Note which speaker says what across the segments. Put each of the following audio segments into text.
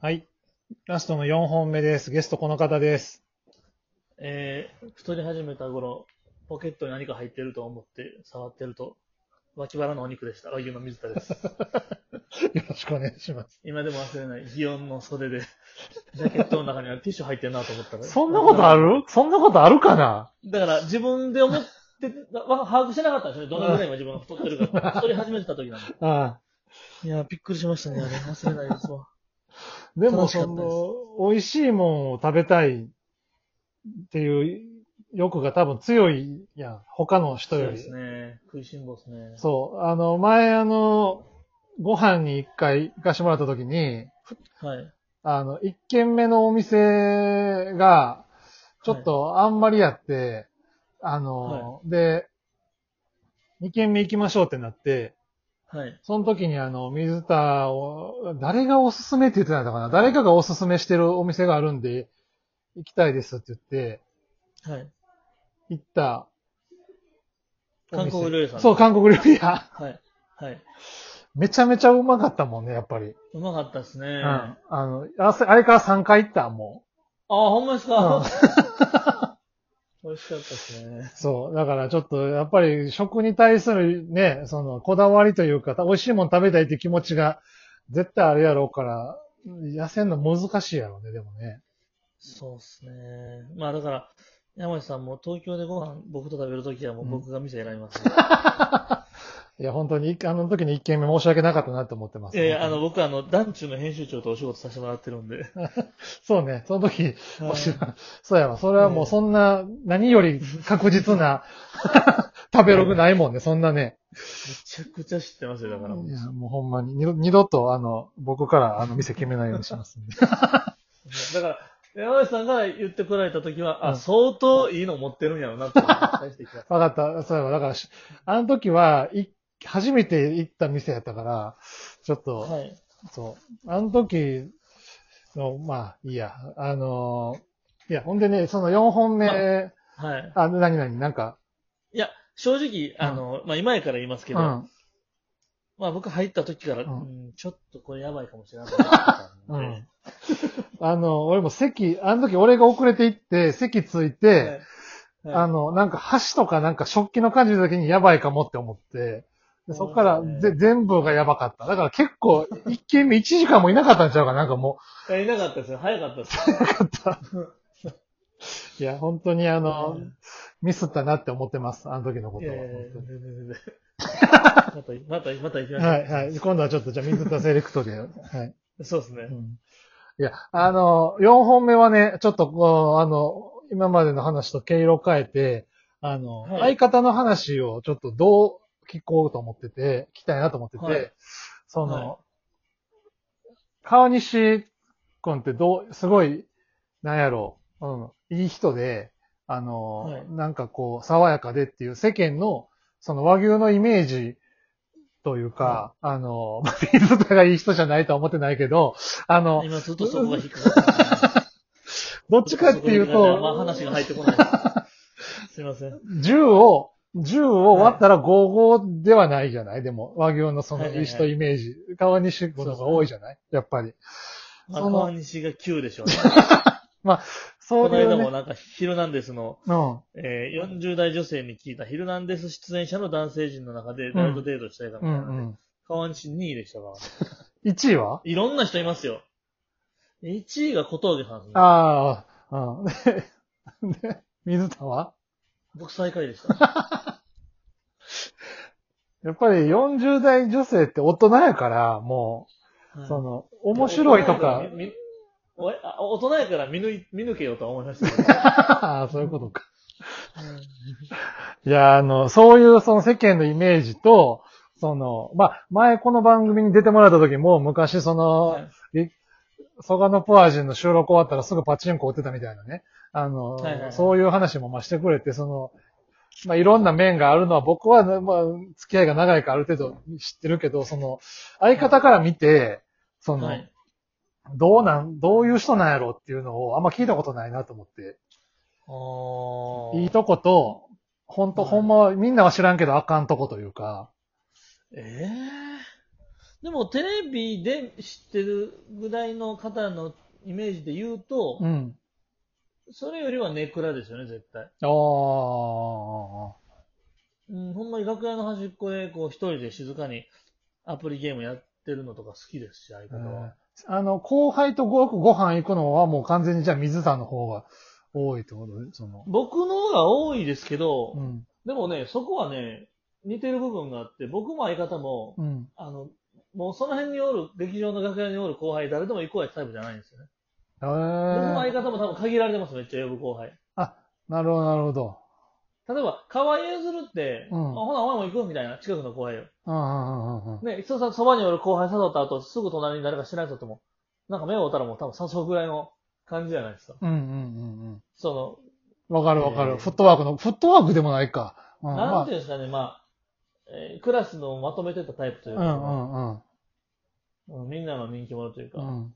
Speaker 1: はい。ラストの4本目です。ゲストこの方です。
Speaker 2: えー太り始めた頃、ポケットに何か入ってると思って触ってると、脇腹のお肉でした。和牛の水田です。
Speaker 1: よろしくお願いします。
Speaker 2: 今でも忘れない、祇園の袖で、ジャケットの中にあるティッシュ入ってるなと思ったら。
Speaker 1: そんなことあるそんなことあるかな
Speaker 2: だから自分で思って、 わ把握してなかったんですよね。どのぐらい今自分が太ってるか。太り始めてた時なんで。
Speaker 1: ああ。
Speaker 2: いや、びっくりしましたね。あれ、忘れないですわ。
Speaker 1: でも、
Speaker 2: 楽しかっ
Speaker 1: そ
Speaker 2: たです
Speaker 1: の、美味しいもんを食べたいっていう欲が多分強いやん。他の人
Speaker 2: そう
Speaker 1: より。
Speaker 2: ですね。食いしん坊ですね。
Speaker 1: そう。あの、前あの、ご飯に一回行かしてもらった時に、
Speaker 2: はい。
Speaker 1: あの、一軒目のお店が、ちょっとあんまりやって、あの、で、二軒目行きましょうってなって、
Speaker 2: はい。
Speaker 1: その時にあの、水田を、誰がおすすめって言ってたのかな誰かがおすすめしてるお店があるんで、行きたいですって言って、
Speaker 2: はい。
Speaker 1: 行ったお
Speaker 2: 韓
Speaker 1: 店。
Speaker 2: 国料理屋さん。
Speaker 1: そう、韓国料理屋。
Speaker 2: はい。はい。
Speaker 1: めちゃめちゃうまかったもんね、やっぱり。
Speaker 2: うまかったですね。
Speaker 1: うん。
Speaker 2: あ、
Speaker 1: あの、あせあれから3回行った、も
Speaker 2: ほんまです
Speaker 1: う。うん
Speaker 2: か。 美味しかったですね。
Speaker 1: そう。だからちょっと、やっぱり食に対するね、その、こだわりというか、美味しいもの食べたいっていう気持ちが絶対あるやろうから、痩せんの難しいやろうね、でもね。
Speaker 2: そうですね。まあだから、山内さんも東京でご飯僕と食べるときはもう僕が店選 びます、ね
Speaker 1: いや、本当に、あの時に一軒目申し訳なかったなと思ってます、
Speaker 2: ええあの、僕あの、団中の編集長とお仕事させてもらってるんで。
Speaker 1: そうね、その時、
Speaker 2: はい
Speaker 1: もしそうやわ、それはもうそんな、何より確実 な、食べログないもんね、そんなね。
Speaker 2: めちゃくちゃ知ってますよ、だからもう
Speaker 1: い。や、もうほんまに、二度二度と、あの、僕からあの店決めないようにしますんで。
Speaker 2: だから、山内さんが言ってこられたときは、
Speaker 1: うん。
Speaker 2: あ、相当いいの持ってるんやろなって思って返してきた
Speaker 1: わかった。そういえば、だからし、あの時は、い、初めて行った店やったから、ちょっと、
Speaker 2: はい。
Speaker 1: そう。あの時の、まあ、いいや、あのーいや、ほんでね、その4本目、
Speaker 2: はい。
Speaker 1: あ、なになに、なんか、
Speaker 2: いや、正直、あの、まあ今やから言いますけ
Speaker 1: う
Speaker 2: ど、
Speaker 1: ん、
Speaker 2: まあ僕入ったときから、
Speaker 1: うん
Speaker 2: うんちょっとこれやばいかもしれないと思ってたんで。
Speaker 1: うん。あの、俺も席、あの時俺が遅れて行って、席ついて、
Speaker 2: はい
Speaker 1: あの、なんか箸とかなんか食器の感じの時にやばいかもって思って、でそっから
Speaker 2: そうです
Speaker 1: ぜ、
Speaker 2: ね
Speaker 1: 全部がやばかった。だから結構、一軒目1時間もいなかったんちゃうかな、なんかもう。
Speaker 2: いやいなかったですよ。早かったですよ。
Speaker 1: いや、本当にあの、
Speaker 2: うん
Speaker 1: ミスったなって思ってます、あの時のこ
Speaker 2: い
Speaker 1: とは。
Speaker 2: やいやいや
Speaker 1: 本当に
Speaker 2: 全然全然また、また、また行きましょう。
Speaker 1: はい、はい。今度はちょっとじゃあ水田セレクトで。はい。
Speaker 2: そうですね
Speaker 1: う。んいや、あの、4本目はね、ちょっとこう、あの、今までの話と毛色変えて、あの、
Speaker 2: はい
Speaker 1: 相方の話をちょっとどう聞こうと思ってて、聞きたいなと思ってて、
Speaker 2: はい
Speaker 1: その、
Speaker 2: は
Speaker 1: 川西くんってどう、すごい、なんやろう、うん、いい人で、あの、
Speaker 2: はい
Speaker 1: なんかこう、爽やかでっていう世間の、その和牛のイメージというか、あの、まあ 水田がいい人じゃないとは思ってないけど、あの、
Speaker 2: 今ずっとそこが引っかかってます。
Speaker 1: どっちかっていう
Speaker 2: そこが引っかかってまあ
Speaker 1: と、
Speaker 2: 話が入ってこない。すいません。
Speaker 1: 銃を、銃を割ったら55ではないじゃないでも、和牛のその
Speaker 2: はいは
Speaker 1: い
Speaker 2: いはいい
Speaker 1: 人イメージ、川西君の方が多いじゃないやっぱり。
Speaker 2: まあ、
Speaker 1: その
Speaker 2: 川西が9でしょうね。
Speaker 1: そ
Speaker 2: こ
Speaker 1: う
Speaker 2: の
Speaker 1: い
Speaker 2: 間
Speaker 1: う
Speaker 2: も
Speaker 1: ね。
Speaker 2: なんか、ヒルナンデスの、
Speaker 1: うん。
Speaker 2: えー、40代女性に聞いた、ヒルナンデス出演者の男性陣の中で、誰とデートしたいかみ
Speaker 1: う
Speaker 2: たいな、
Speaker 1: んうん。
Speaker 2: 川西2位でしたから、ね。
Speaker 1: 1位はい
Speaker 2: ろんな人いますよ。1位が小峠さんですね、
Speaker 1: ああ、うん。で、で水田は
Speaker 2: 僕最下位で した。
Speaker 1: やっぱり40代女性って大人やから、もう、その、面白いとか
Speaker 2: 大人やら、見。見おあ大人やから見抜い見抜けようとは思いましたけ ど、
Speaker 1: ああ、そういうことか。いや、あの、そういうその世間のイメージと、その、まあ、前この番組に出てもらった時も、昔その、
Speaker 2: はい
Speaker 1: ソガノポアジンの収録終わったらすぐパチンコ売ってたみたいなね。あの、
Speaker 2: はいはいはい
Speaker 1: そういう話もまあしてくれて、その、まあ、いろんな面があるのは僕は、まあ、付き合いが長いからある程度知ってるけど、その、相方から見て、その、
Speaker 2: はい。
Speaker 1: どうなん、どういう人なんやろっていうのをあんま聞いたことないなと思って。
Speaker 2: お
Speaker 1: いいとこと、本当、
Speaker 2: はい
Speaker 1: ほんまはみんなは知らんけどあかんとこというか、
Speaker 2: ええでもテレビで知ってるぐらいの方のイメージで言うと、
Speaker 1: うん。
Speaker 2: それよりはネクラですよね、絶対。
Speaker 1: ああ。
Speaker 2: うん、ほんまに楽屋の端っこで、こう、一人で静かにアプリゲームやってるのとか好きですし、相方は。
Speaker 1: あの、後輩とごご飯行くのはもう完全にじゃあ水さんの方が多いってことで、その。
Speaker 2: 僕の方が多いですけど、
Speaker 1: うん。
Speaker 2: でもね、そこはね、似てる部分があって、僕も相方も、
Speaker 1: うん。
Speaker 2: あの、もうその辺におる、劇場の楽屋におる後輩、誰でも行こうやってタイプじゃないんですよね。
Speaker 1: へ
Speaker 2: 僕も相
Speaker 1: え。
Speaker 2: 方も多分限られてます、めっちゃ呼ぶ後輩。
Speaker 1: なるほど、なるほど。
Speaker 2: 例えば、河合譲るって、
Speaker 1: うん
Speaker 2: あほな、お前も行くみたいな、近くの後輩よ。
Speaker 1: うん、うん、うん、うん。
Speaker 2: ね、そそばにおる後輩誘った後、すぐ隣に誰かしない人とも、なんか目を追ったらもう多分誘うぐらいの感じじゃないですか。
Speaker 1: うん、うん、うん。
Speaker 2: そ
Speaker 1: わかるわか
Speaker 2: えー
Speaker 1: る。フットワークの、フットワークでもないか。うん、
Speaker 2: の、
Speaker 1: ま
Speaker 2: なん
Speaker 1: あ、
Speaker 2: ていうんですかね、まあ、えークラスのまとめてたタイプといううんか、
Speaker 1: うん、うん。
Speaker 2: うんみんなの人気者というか、
Speaker 1: うん。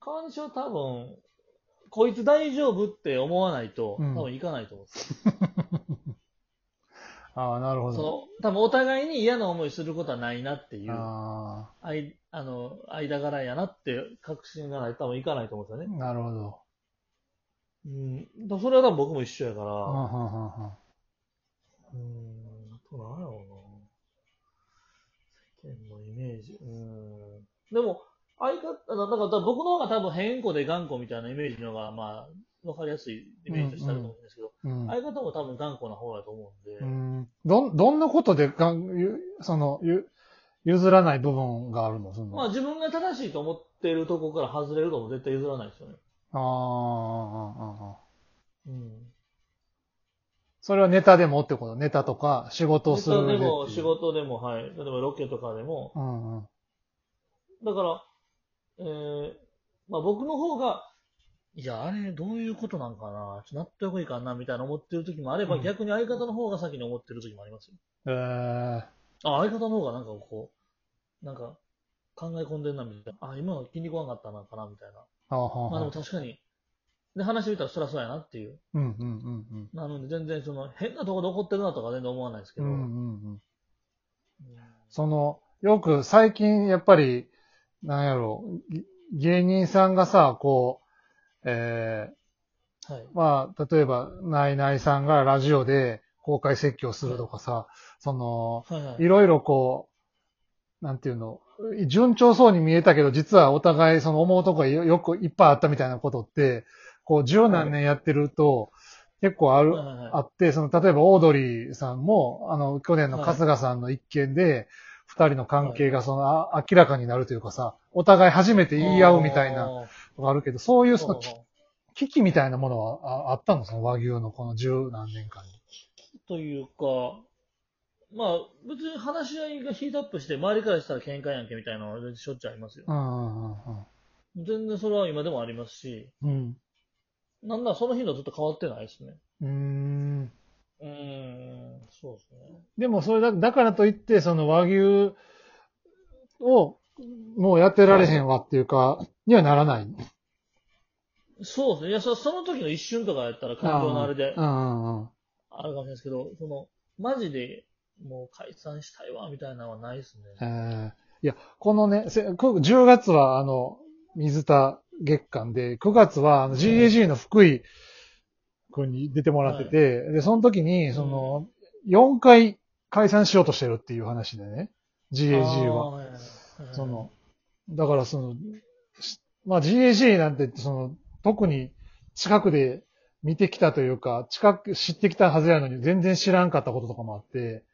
Speaker 2: 感傷多分、こいつ大丈夫って思わないと、
Speaker 1: うん
Speaker 2: 多分行かないと思うんです
Speaker 1: ああ、なるほ
Speaker 2: その
Speaker 1: ど。
Speaker 2: 多分お互いに嫌な思いすることはないなっていう、あ
Speaker 1: あ
Speaker 2: いあの間柄やなって確信がないと多分行かないと思うんですよ
Speaker 1: あ、
Speaker 2: ね。
Speaker 1: なるほど。
Speaker 2: うん、だからそれは多分僕も一緒やか
Speaker 1: う
Speaker 2: ら、
Speaker 1: ん、うん、うんうん。
Speaker 2: うーん、あとなんやろうな。世間のイメージ。うーん。でも、相方、だからだから僕の方が多分変更で頑固みたいなイメージの方が、まあ、わかりやすいイメージとしてあると思うんですけど、
Speaker 1: うん。
Speaker 2: 相方も多分頑固な方だと思うんで、
Speaker 1: うんどん、どんなことでがん、ゆその、ゆ、譲らない部分があるのその。
Speaker 2: まあ自分が正しいと思ってるとこから外れるとも絶対譲らないですよね。
Speaker 1: あーあー、あーあー。
Speaker 2: うん。
Speaker 1: それはネタでもってことネタとか、仕事をする上
Speaker 2: で
Speaker 1: っていう
Speaker 2: も、仕。事でも、はい。例えばロケとかでも、
Speaker 1: うんうん。
Speaker 2: だから、えーまあ、僕の方が、いや、あれ、どういうことなんかな、ちょっと納得いかんな、みたいな思ってる時もあれば、
Speaker 1: うん
Speaker 2: 逆に相方の方が先に思ってる時もありますよ。
Speaker 1: えー、
Speaker 2: あ、相方の方がなんかこう、なんか、考え込んでんな、みたいな。あ、今の気に食わんかったな、かな、みたいな。
Speaker 1: あーはー
Speaker 2: まあ
Speaker 1: は
Speaker 2: でも
Speaker 1: ー
Speaker 2: 確かに、で、話見たらそりゃそうやなっていう。
Speaker 1: うんうんうん
Speaker 2: なので、全然その、変なとこで怒ってるなとか全然思わないですけ
Speaker 1: うん。う
Speaker 2: ど。
Speaker 1: んうんうん。
Speaker 2: うん
Speaker 1: その、よく最近やっぱり、なんやろぎ芸人さんがさ、こう、え
Speaker 2: はい。
Speaker 1: ー、まあ、例えば、ナイナイさんがラジオで公開説教するとかさ、その、
Speaker 2: はいはい。
Speaker 1: いろいろこう、なんていうの、順調そうに見えたけど、実はお互いその思うとこがよよくいっぱいあったみたいなことって、こう十何年やってると、結構ある、
Speaker 2: はいはいはい
Speaker 1: あって、その例えばオードリーさんも、あの、去年の春日さんの一件で、二人の関係がその、あ明らかになるというかさ、お互い初めて言い合うみたいな
Speaker 2: あー。
Speaker 1: のがあるけど、そういうそ
Speaker 2: そう
Speaker 1: の危機みたいなものはああったのその和牛のこの十何年間に。
Speaker 2: というか、まあ、別に話し合いがヒートアップして、周りからしたら喧嘩やんけみたいなのはしょっちゅうありますよ。
Speaker 1: うんうん
Speaker 2: 全然それは今でもありますし、
Speaker 1: うんうん。
Speaker 2: なんならその日のずっと変わってないですね。
Speaker 1: うん。うーん。
Speaker 2: うーん、そうですね。
Speaker 1: でもそれだ、だからといって、その和牛を、もうやってられへんわっていうか、にはならない。
Speaker 2: そうですね。いや、そその時の一瞬とかやったら感情のあれ
Speaker 1: う
Speaker 2: で、あ
Speaker 1: んうんうん。
Speaker 2: るかもしれないですけど、その、マジで、もう解散したいわ、みたいなのはないです
Speaker 1: え
Speaker 2: ね。
Speaker 1: ーいや、このね、せこ10月はあの、水田月間で、9月はあの GAG の福井君に出てもらってて、で、その時に、その、4回解散しようとしてるっていう話でね、GAG は。
Speaker 2: あーいいいいい
Speaker 1: その、だからその、しまあ GAG なんて、その、特に近くで見てきたというか、近く知ってきたはずやのに全然知らんかったこととかもあって、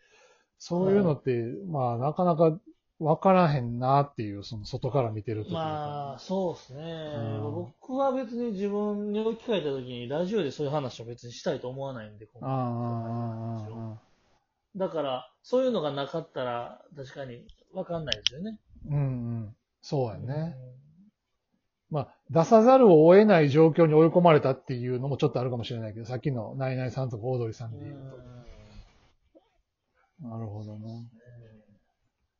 Speaker 1: そういうのって、まあなかなかわからへんなっていう、その外から見てるというか。
Speaker 2: まあ、そうですね
Speaker 1: うん。
Speaker 2: 僕は別に自分に置き換えた時に、ラジオでそういう話を別にしたいと思わないんで、今
Speaker 1: あ
Speaker 2: 回だから、そういうのがなかったら、確かに分かんないですよね。
Speaker 1: うんうん。そうやね。まあ、出さざるを得ない状況に追い込まれたっていうのもちょっとあるかもしれないけど、さっきのナイナイさんとかオードリーさん
Speaker 2: う
Speaker 1: で言うんと。なるほどね。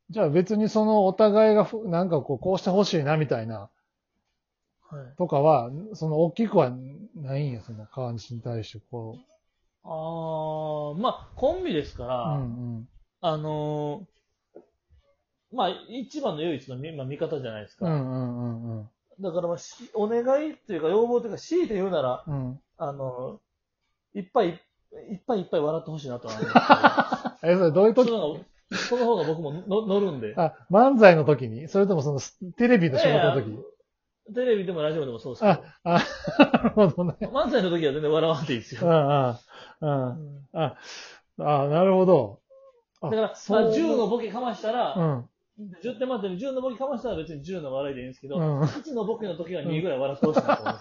Speaker 1: じゃあ別にそのお互いがふなんかこう、こうしてほしいなみたいな
Speaker 2: はい、
Speaker 1: とかは、その大きくはないんや、その感じに対してこう。
Speaker 2: あーまあ、コンビですから、
Speaker 1: うんうん。
Speaker 2: あのーまあ、一番の唯一の見,、まあ、見方じゃないです
Speaker 1: う
Speaker 2: か。
Speaker 1: んうんうんうん。
Speaker 2: だから、まあ、しお願いっていうか、要望というか、強いて言うなら、
Speaker 1: うん。
Speaker 2: あの、いっぱい、いっぱいいっぱい笑ってほしいなとは思います
Speaker 1: え、それどういう
Speaker 2: けど。
Speaker 1: 時
Speaker 2: その方が、その方が僕もの乗るんで。
Speaker 1: あ、漫才の時にそれともその、テレビの仕事の時
Speaker 2: いやいやテレビでもラジオでもそうですけ
Speaker 1: あ
Speaker 2: ど、
Speaker 1: あ、なるほどね。
Speaker 2: 漫才の時は全然笑わんでいいです
Speaker 1: うん
Speaker 2: よ。
Speaker 1: うん。うん。
Speaker 2: うん
Speaker 1: あ、あ、なるほど。あ
Speaker 2: だから、あ
Speaker 1: そう
Speaker 2: 10のボケかましたら、
Speaker 1: うん。
Speaker 2: 10点満点で10のボケかましたら別に10の笑いでいいんですけど、
Speaker 1: うん。
Speaker 2: 1のボケの時は2ぐらい笑ってほしいなと思い ま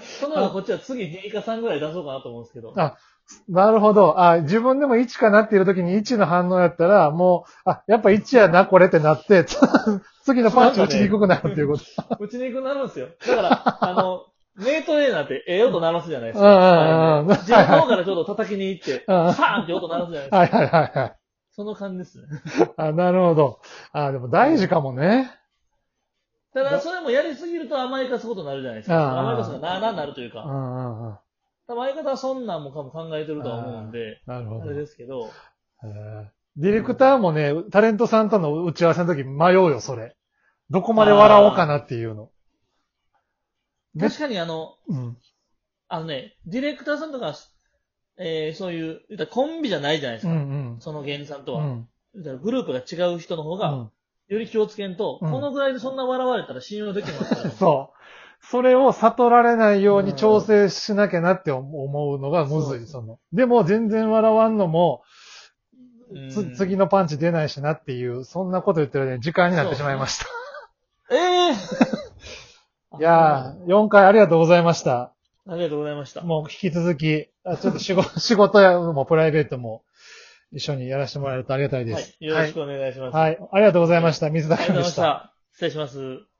Speaker 2: す。その方がこっちは次2か3ぐらい出そうかなと思うんですけど。
Speaker 1: あなるほど。あ、自分でも1かなっていう時に1の反応やったら、もう、あ、やっぱ1やな、これってなって、 つ次のパンチ打ちにくくなるっていうこと。
Speaker 2: うちに行くなるんですよ。だから、あの、名トレーナーってええ音鳴らすじゃないです
Speaker 1: うんうん
Speaker 2: か。
Speaker 1: うん
Speaker 2: 自分の方からちょっと叩きに行って、
Speaker 1: うん
Speaker 2: パーンって音鳴らすじゃないですか。
Speaker 1: はいはいはいはい。
Speaker 2: その感じですね。
Speaker 1: あ、なるほど。あ、でも大事かもね。
Speaker 2: ただ、それもやりすぎると甘やかすことになるじゃないです
Speaker 1: うん
Speaker 2: か。甘やかすがなあなあなるという
Speaker 1: う
Speaker 2: か。
Speaker 1: んうんうん。
Speaker 2: 多分相方はそんなんもかも考えてるとは思うんで、
Speaker 1: なるほ
Speaker 2: あ
Speaker 1: ど
Speaker 2: れ。ですけど、
Speaker 1: へーディレクターもね、タレントさんとの打ち合わせの時迷うよ、それ。どこまで笑おうかなっていうの。ね
Speaker 2: 確かにあの、
Speaker 1: うん。
Speaker 2: あのね、ディレクターさんとか、えーそういう、言ったらコンビじゃないじゃないです
Speaker 1: う
Speaker 2: か。
Speaker 1: ん
Speaker 2: その芸人さん
Speaker 1: う
Speaker 2: と
Speaker 1: ん。う
Speaker 2: は。
Speaker 1: ん。
Speaker 2: 言ったらグループが違う人の方が、より気をつけんと、
Speaker 1: うん
Speaker 2: このぐらいでそんな笑われたら信用できない から。
Speaker 1: そう。それを悟られないよう
Speaker 2: う
Speaker 1: に
Speaker 2: ん
Speaker 1: 調整しなきゃなって思うのがむずい、その。でも全然笑わんのも、
Speaker 2: うん
Speaker 1: つ次のパンチ出ないしなっていう、そんなこと言ってる間に時間になってしまいました。
Speaker 2: ええ
Speaker 1: いやー、4回ありがとうございました。
Speaker 2: ありがとうございました。
Speaker 1: もう引き続き、あちょっと仕 事仕事やもプライベートも一緒にやらせてもらえるとありがたいで
Speaker 2: は
Speaker 1: す。
Speaker 2: い。よろしくお願いします。
Speaker 1: はい。はい。ありがとうございました。水田
Speaker 2: あり
Speaker 1: 君
Speaker 2: がと
Speaker 1: で
Speaker 2: うございま
Speaker 1: し。
Speaker 2: したた。失礼します。